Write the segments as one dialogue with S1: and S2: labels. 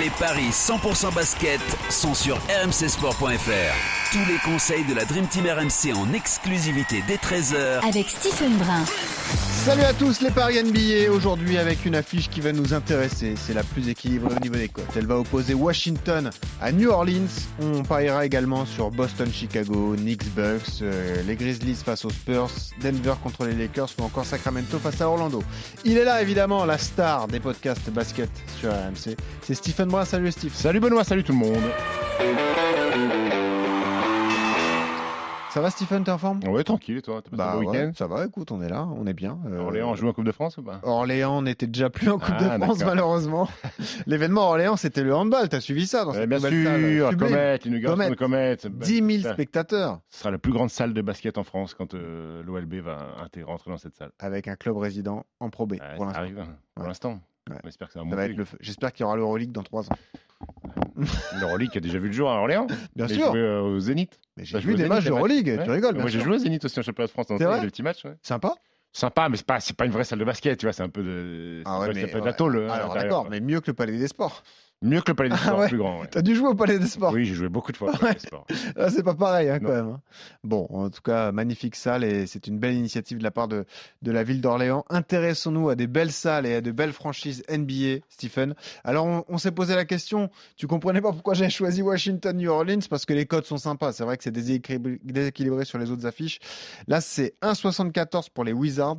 S1: Les paris 100% basket sont sur rmcsport.fr. Tous les conseils de la Dream Team RMC en exclusivité dès 13h
S2: Avec Stephen Brun.
S3: Salut à tous les paris NBA aujourd'hui avec une affiche qui va nous intéresser. C'est la plus équilibrée au niveau des cotes. Elle va opposer Washington à New Orleans. On pariera également sur Boston, Chicago, Knicks, Bucks, euh, les Grizzlies face aux Spurs, Denver contre les Lakers ou encore Sacramento face à Orlando. Il est là évidemment la star des podcasts basket sur RMC. C'est Stephen Brun. Salut Steve.
S4: Salut Benoît, salut tout le monde.
S3: Ça va Stephen, t'es en forme
S4: Ouais, tranquille, et toi, t'as passé un
S3: Bah
S4: bon
S3: ouais,
S4: week-end
S3: ça va. Écoute, on est là, on est bien. Euh,
S4: Orléans, on joue en Coupe de France ou pas
S3: Orléans n'était déjà plus en Coupe
S4: Ah,
S3: de France,
S4: d'accord.
S3: malheureusement. L'événement Orléans, c'était le handball. T'as suivi ça dans
S4: Ouais,
S3: cette
S4: Eh Bien
S3: nouvelle salle
S4: sûr,
S3: sublime.
S4: Comet, l'inauguration de Comet.
S3: 10 000
S4: Putain,
S3: spectateurs
S4: Ce sera la plus grande salle de basket en France quand euh, l'OLB va intégrer, rentrer dans cette salle.
S3: avec un club résident en Pro B.
S4: Ouais,
S3: pour l'instant.
S4: ça arrive, hein, pour
S3: Ouais.
S4: l'instant.
S3: Ouais.
S4: On espère que ça va
S3: Ça va
S4: monter.
S3: être le feu. J'espère qu'il y aura l'Euroleague dans 3 ans.
S4: L'Euroleague a déjà vu le jour à Orléans.
S3: Bien
S4: Il a
S3: sûr.
S4: joué, euh, au Zénith.
S3: Mais j'ai
S4: T'as
S3: vu
S4: joué
S3: des
S4: au
S3: matchs
S4: Zénith, des
S3: d'Euroleague.
S4: Ouais.
S3: Tu rigoles, bien
S4: Moi, j'ai
S3: sûr.
S4: joué au Zénith aussi en championnat de France. dans
S3: C'est vrai
S4: des petits matchs. ouais.
S3: Sympa.
S4: Sympa, mais c'est pas, c'est pas une vraie salle de basket, tu vois. C'est un peu de,
S3: Ah ouais,
S4: c'est
S3: mais-
S4: pas de la tôle. hein, à
S3: Alors
S4: l'intérieur,
S3: d'accord,
S4: quoi.
S3: mais mieux que le Palais des Sports.
S4: Mieux que le Palais des
S3: Ah
S4: Sports,
S3: ouais.
S4: plus grand. ouais.
S3: T'as dû jouer au Palais des Sports.
S4: Oui, j'ai joué beaucoup de fois au Palais des Sports.
S3: Là, c'est pas pareil hein, quand
S4: Non.
S3: même. hein. Bon, en tout cas, magnifique salle et c'est une belle initiative de la part de, de la ville d'Orléans. Intéressons-nous à des belles salles et à de belles franchises NBA, Stephen. Alors, on, on s'est posé la question, tu comprenais pas pourquoi j'avais choisi Washington, New Orleans, parce que les codes sont sympas. C'est vrai que c'est déséquilibri- déséquilibré sur les autres affiches. Là, c'est 1,74 pour les Wizards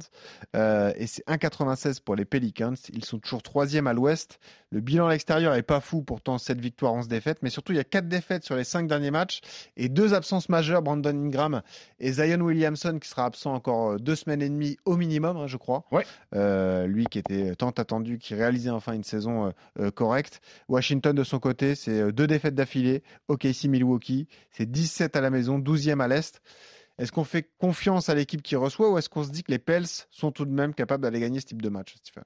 S3: euh, et c'est 1,96 pour les Pelicans. Ils sont toujours troisième à l'ouest. Le bilan à l'extérieur est pas fou, pourtant 7 victoires, 11 défaites. Mais surtout, il y a 4 défaites sur les 5 derniers matchs et deux absences majeures, Brandon Ingram et Zion Williamson, qui sera absent encore euh, deux semaines et demie au minimum, hein, je crois.
S4: Ouais.
S3: Euh, lui qui était tant attendu, qui réalisait enfin une saison euh, euh, correcte. Washington, de son côté, c'est euh, deux défaites d'affilée. OKC Milwaukee, c'est 17 à la maison, 12e à l'Est. Est-ce qu'on fait confiance à l'équipe qui reçoit ou est-ce qu'on se dit que les Pels sont tout de même capables d'aller gagner ce type de match, Stephen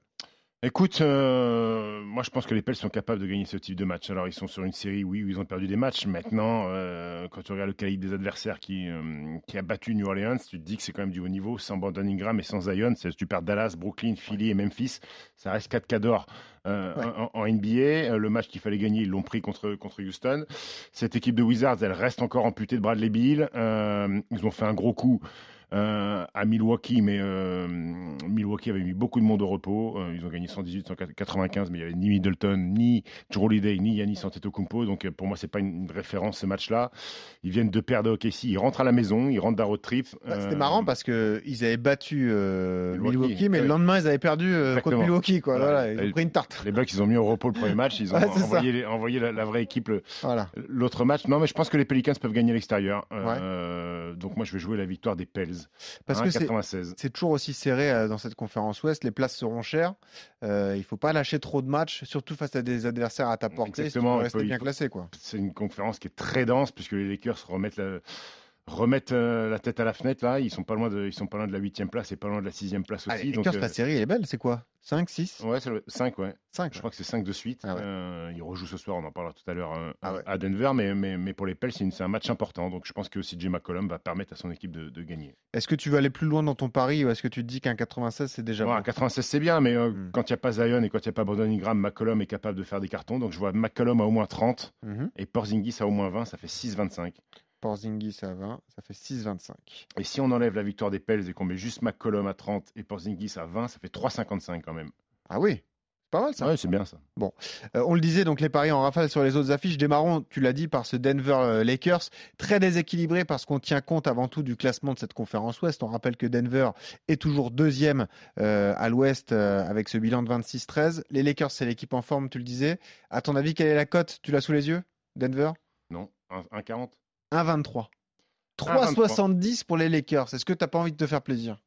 S4: Écoute, euh, moi je pense que les Pels sont capables de gagner ce type de match. Alors ils sont sur une série, oui, où ils ont perdu des matchs. Maintenant, euh, quand tu regardes le calibre des adversaires qui, euh, qui a battu New Orleans, tu te dis que c'est quand même du haut niveau. Sans Brandon Ingram et sans Zion, c'est- tu perds Dallas, Brooklyn, Philly et Memphis. Ça reste 4 cadors euh,
S3: Ouais.
S4: en, en NBA. Euh, Le match qu'il fallait gagner, ils l'ont pris contre, contre Houston. Cette équipe de Wizards, elle reste encore amputée de Bradley Beal. Euh, ils ont fait un gros coup euh, à Milwaukee, mais euh, Milwaukee avait mis beaucoup de monde au repos. Euh, ils ont gagné 118, 195, mais il n'y avait ni Middleton, ni Drew Holiday, ni Yannis Antetokounmpo. Donc euh, pour moi, c'est pas une une référence ce match-là. Ils viennent de perdre à OKC. Ils rentrent à la maison, ils rentrent d'un road trip.
S3: Bah, C'était
S4: Euh,
S3: marrant parce qu'ils avaient battu euh,
S4: Milwaukee,
S3: Milwaukee, mais le
S4: ouais.
S3: lendemain, ils avaient perdu euh, contre
S4: Exactement.
S3: Milwaukee. Quoi.
S4: Ouais,
S3: Voilà, ils ont
S4: et-
S3: pris une tarte.
S4: Les Bucks, ils ont mis au repos le premier match. Ils ont
S3: Ouais, c'est ça.
S4: envoyé, les- envoyé la, la vraie équipe le-
S3: Voilà.
S4: l'autre match. Non, mais je pense que les Pelicans peuvent gagner à l'extérieur. Euh, Donc moi, je vais jouer la victoire des Pels.
S3: Parce que c'est-
S4: 96.
S3: c'est toujours aussi serré euh, dans cette conférence ouest. Les places seront chères. Euh, il faut pas lâcher trop de matchs, surtout face à des adversaires à ta portée.
S4: Mm,
S3: Si tu veux
S4: Exactement, il
S3: rester
S4: faut- il
S3: bien
S4: faut-
S3: classé. Quoi.
S4: c'est une conférence qui est très dense puisque les Lakers remettent la, remettent euh, la tête à la fenêtre là. Ils sont pas loin de, ils sont pas loin de la huitième place et pas loin de la sixième place aussi.
S3: Allez, les
S4: donc,
S3: Lakers,
S4: euh,
S3: la série, elle est belle. C'est quoi 5, 6,
S4: ouais, 5 ouais.
S3: 5
S4: Je crois que c'est 5 de suite.
S3: Ah ouais.
S4: Euh, ils rejouent ce soir, on en parlera tout à l'heure euh,
S3: Ah ouais.
S4: à Denver, mais, mais, mais pour les Pels, c'est une- c'est un match important. Donc je pense que CJ McCollum va permettre à son équipe de, de gagner.
S3: Est-ce que tu veux aller plus loin dans ton pari ou est-ce que tu te dis qu'un 96, c'est déjà
S4: Bon,
S3: bon
S4: à 96, c'est bien, mais euh,
S3: Hmm.
S4: quand il n'y a pas Zion et quand il n'y a pas Brandon Ingram, McCollum est capable de faire des cartons. Donc je vois McCollum à au moins 30
S3: Mhm.
S4: et Porzingis à au moins 20, ça fait 6-25.
S3: Porzingis à 20, ça fait 6, 25.
S4: Et si on enlève la victoire des Pels et qu'on met juste McCollum à 30 et Porzingis à 20, ça fait 3,55 quand même.
S3: Ah oui, c'est pas mal ça.
S4: Ouais, c'est bien ça.
S3: Euh, on le disait, donc les paris en rafale sur les autres affiches. Démarrons, tu l'as dit, par ce Denver euh, Lakers. Très déséquilibré parce qu'on tient compte avant tout du classement de cette conférence Ouest. On rappelle que Denver est toujours deuxième euh, à l'Ouest euh, avec ce bilan de 26-13. Les Lakers, c'est l'équipe en forme, tu le disais. À ton avis, quelle est la cote Tu l'as sous les yeux Denver
S4: Non, 1,40
S3: 1,23.
S4: 1,23.
S3: 3,70 pour les Lakers. Est-ce que tu n'as pas envie de te faire plaisir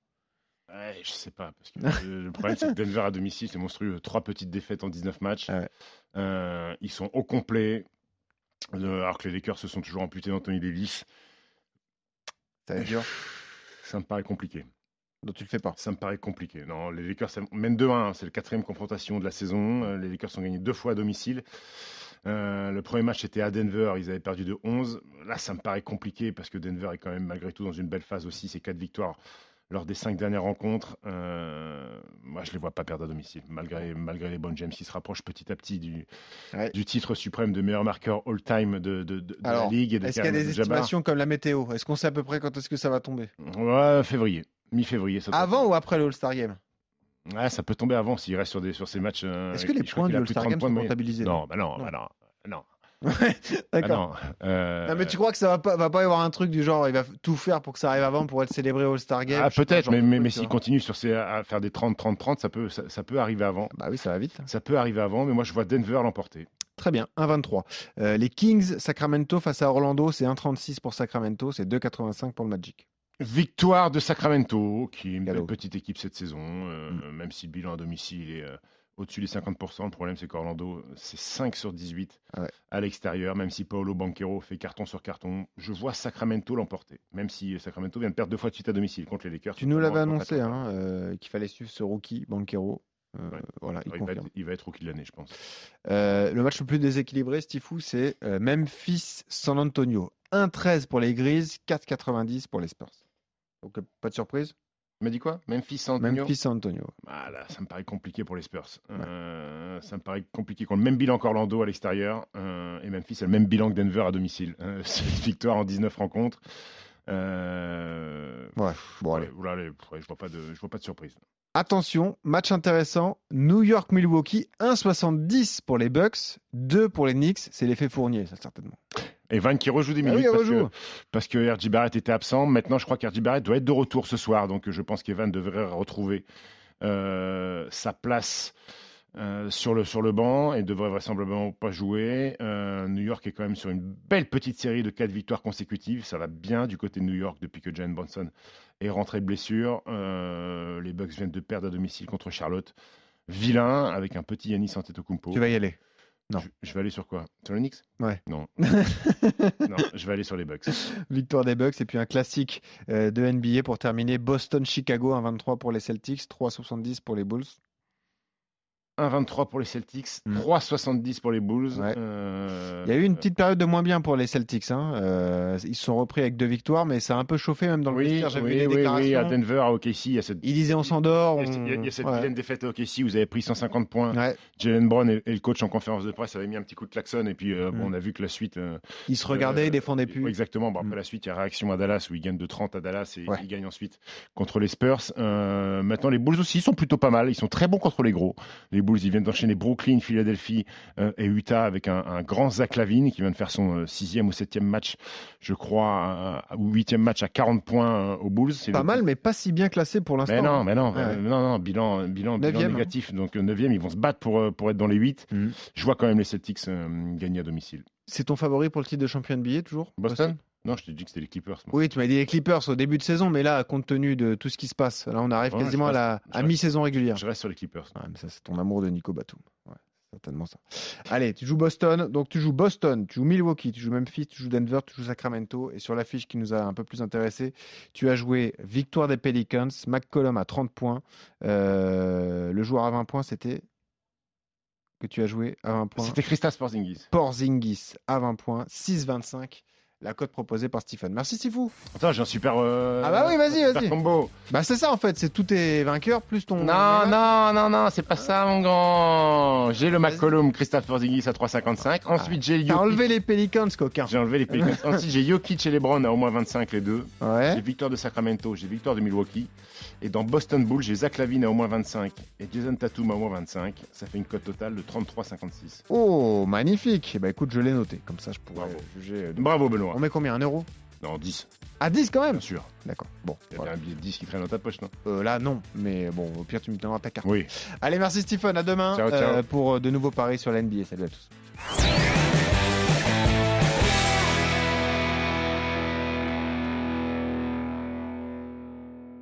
S4: Ouais, je sais pas, parce que euh, le problème, c'est que Denver à domicile, c'est monstrueux. Trois petites défaites en 19 matchs.
S3: Ah ouais.
S4: Euh, ils sont au complet. Le- alors que les Lakers se sont toujours amputés d'Anthony Davis.
S3: Ça va être dur.
S4: Ça me paraît compliqué.
S3: Donc tu le fais pas.
S4: Ça me paraît compliqué. Non, les Lakers ça- mènent 2-1. hein. C'est le quatrième confrontation de la saison. Euh, Les Lakers ont gagné deux fois à domicile. Euh, le premier match était à Denver. Ils avaient perdu de 11. Là, ça me paraît compliqué parce que Denver est quand même malgré tout dans une belle phase aussi. C'est quatre victoires lors des cinq dernières rencontres. Euh, moi, je les vois pas perdre à domicile. Malgré, malgré les bonnes James, ils se rapprochent petit à petit du,
S3: Ouais.
S4: du titre suprême de meilleur marqueur all-time de, de- de- de
S3: Alors,
S4: la Ligue. et de
S3: Est-ce qu'il y a
S4: Kareem
S3: des
S4: Abdul-Jabbar.
S3: estimations comme la météo Est-ce qu'on sait à peu près quand est-ce que ça va tomber
S4: Ouais, février. Mi-février. ça doit
S3: Avant ou après le All-Star Game
S4: Ouais, ça peut tomber avant s'il reste sur, des, sur ces matchs. euh,
S3: Est-ce que les
S4: je crois
S3: points
S4: qu'il
S3: du
S4: a plus de
S3: All-Star
S4: 30
S3: Game
S4: points
S3: sont
S4: de moyenne.
S3: comptabilisés
S4: Non, bah non,
S3: Non.
S4: bah non. Non,
S3: Ouais,
S4: bah
S3: D'accord.
S4: non. euh,
S3: Non, mais tu crois que ça va pas, va pas y avoir un truc du genre il va f- tout faire pour que ça arrive avant pour être célébré au All-Star Game
S4: ah,
S3: je sais pas,
S4: peut-être,
S3: genre
S4: mais,
S3: de
S4: mais,
S3: truc,
S4: mais
S3: tu
S4: s'il
S3: vois.
S4: continue sur ces, à à faire des 30-30-30, ça peut, ça, ça peut arriver avant.
S3: Bah oui, ça va vite.
S4: Ça peut arriver avant, mais moi je vois Denver l'emporter.
S3: Très bien, 1,23. Euh, les Kings, Sacramento face à Orlando, c'est 1,36 pour Sacramento, c'est 2,85 pour le Magic.
S4: Victoire de Sacramento, qui est une
S3: Gallo.
S4: belle petite équipe cette saison, euh,
S3: Mm.
S4: même si le bilan à domicile est euh, au-dessus des 50%. Le problème, c'est qu'Orlando, c'est 5 sur 18
S3: Ah Ouais.
S4: à l'extérieur, même si Paolo Banquero fait carton sur carton. Je vois Sacramento l'emporter, même si Sacramento vient de perdre deux fois de suite à domicile contre les Lakers.
S3: Tu nous l'avais
S4: notamment contre
S3: annoncé
S4: Atlanta.
S3: hein, euh, qu'il fallait suivre ce rookie Banquero. Euh,
S4: Ouais.
S3: Voilà, il
S4: il, va
S3: confirme.
S4: être, il va être rookie de l'année, je pense.
S3: Euh, le match le plus déséquilibré, Stifou, c'est euh, Memphis-San Antonio. 1,13 pour les Grises, 4,90 pour les Spurs. Donc, euh, pas de surprise
S4: Tu m'as dit quoi Memphis San Antonio
S3: Memphis-San Antonio.
S4: Ah là, ça me paraît compliqué pour les Spurs. Euh, ça me paraît compliqué qu'on le même bilan qu'Orlando à l'extérieur euh, et Memphis a le même bilan que Denver à domicile. Euh, c'est une victoire en 19 rencontres. Euh,
S3: Ouais, bon, allez.
S4: ouais, oula, allez, ouais, je vois pas de, je vois pas de surprise.
S3: Attention, match intéressant. New York-Milwaukee, 1,70 pour les Bucks, 2 pour les Knicks. C'est l'effet Fournier, ça, certainement.
S4: Et Van qui rejoue des
S3: Ah oui,
S4: minutes
S3: il
S4: parce,
S3: rejoue.
S4: que, parce que RJ Barrett était absent. Maintenant, je crois qu'RJ Barrett doit être de retour ce soir. Donc, je pense qu'Evan devrait retrouver euh, sa place euh, sur, le, sur le banc et devrait vraisemblablement pas jouer. Euh, New York est quand même sur une belle petite série de quatre victoires consécutives. Ça va bien du côté de New York depuis que Jan Bonson est rentré de blessure. Euh, les Bucks viennent de perdre à domicile contre Charlotte. Vilain avec un petit Yanis Antetokounmpo.
S3: Tu vas y aller. Non.
S4: Je, je vais aller sur quoi Sur le Knicks
S3: Ouais.
S4: Non. non, je vais aller sur les Bucks.
S3: Victoire des Bucks et puis un classique euh, de NBA pour terminer. Boston-Chicago, 1,23 pour les Celtics, 3,70 pour les Bulls.
S4: 1,23 pour les Celtics,
S3: Mm.
S4: 3,70 pour les Bulls.
S3: Ouais.
S4: Euh,
S3: Il y a eu une petite période de moins bien pour les Celtics. hein. Euh, ils se sont repris avec deux victoires, mais ça a un peu chauffé même dans le
S4: oui,
S3: vestiaire. J'ai vu
S4: oui,
S3: les
S4: oui, oui, à
S3: déclarations.
S4: Denver, à OKC, il y a cette,
S3: Ils disaient on s'endort.
S4: il y a cette- il y a- il y a
S3: on-
S4: cette
S3: ouais.
S4: vilaine défaite à OKC où vous avez pris 150 points.
S3: Ouais.
S4: Jalen Brown et, et le coach en conférence de presse avaient mis un petit coup de klaxon et puis euh, bon,
S3: Mm.
S4: on a vu que la suite. euh,
S3: Ils se regardaient,
S4: Euh,
S3: ils défendaient plus.
S4: Exactement. Bon, après
S3: Mm.
S4: la suite, il y a réaction à Dallas où ils gagnent de 30 à Dallas et
S3: Ouais.
S4: ils gagnent ensuite contre les Spurs. Euh, maintenant, les Bulls aussi ils sont plutôt pas mal. Ils sont très bons contre les gros. Les Bulls, ils viennent d'enchaîner Brooklyn, Philadelphie euh, et Utah avec un, un grand Zach Lavine qui vient de faire son euh, sixième ou septième match, je crois, à- ou huitième match à 40 points euh, aux Bulls. C'est
S3: Pas
S4: le-
S3: mal, mais pas si bien classé pour l'instant.
S4: mais non, mais non,
S3: Ouais,
S4: euh,
S3: ouais.
S4: non, non, bilan, bilan, bilan
S3: Neuvième, hein.
S4: négatif. Donc, euh, neuvième, ils vont se battre pour, euh, pour être dans les 8.
S3: Mhm.
S4: Je vois quand même les Celtics euh, gagner à domicile.
S3: C'est ton favori pour le titre de champion NBA toujours
S4: Boston Non, je t'ai dit que c'était les Clippers. moi.
S3: Oui, tu m'as dit les Clippers au début de saison, mais là, compte tenu de tout ce qui se passe, là, on arrive
S4: Ouais,
S3: quasiment à
S4: je
S3: la
S4: je
S3: à
S4: reste-
S3: mi-saison régulière.
S4: Je reste sur les Clippers.
S3: Ouais, mais ça, c'est ton amour de Nico Batum. Ouais, certainement ça. Allez, tu joues Boston, donc tu joues Boston, tu joues Milwaukee, tu joues Memphis, tu joues Denver, tu joues Sacramento. Et sur l'affiche qui nous a un peu plus intéressé, tu as joué victoire des Pelicans, McCollum à 30 points. Euh, le joueur à 20 points, c'était que tu as joué à 20 points.
S4: C'était Christas Porzingis.
S3: Porzingis à 20 points, 6,25. La cote proposée par Stephen. Merci, Stifou.
S4: Attends, j'ai un super. euh,
S3: Ah bah oui, vas-y,
S4: un super
S3: vas-y.
S4: combo.
S3: Bah, c'est ça en fait, c'est tous tes vainqueurs plus ton.
S4: Non, non, non, non, c'est pas ça, mon grand. J'ai le
S3: Vas-y. Ah.
S4: McCollum, Christophe Porzingis à 3,55. Ensuite, j'ai
S3: T'as
S4: Jokic.
S3: enlevé les Pelicans, coquin.
S4: J'ai enlevé les Pelicans. Ensuite, j'ai Jokic et les Browns à au moins 25, les deux.
S3: Ouais.
S4: J'ai victoire de Sacramento, j'ai victoire de Milwaukee. Et dans Boston Bull, j'ai Zach Lavine à au moins 25 et Jason Tatum à au moins 25. Ça fait une cote totale de 33,56.
S3: Oh, magnifique. Eh ben, écoute, je l'ai noté. Comme ça, je pourrais
S4: Bravo.
S3: juger. euh, de-
S4: Bravo, Benoît.
S3: On met combien Un euro
S4: Non, 10,
S3: À 10 quand même
S4: bien sûr.
S3: D'accord. Bon,
S4: Il y a
S3: voilà.
S4: bien un billet de 10 qui traîne dans ta poche, non
S3: Euh, là, non. Mais bon, au pire, tu me donneras ta carte.
S4: Oui.
S3: Allez, merci Stephen. À demain euh,
S4: Ciao, ciao.
S3: pour euh, de nouveaux paris sur la NBA. Salut à tous.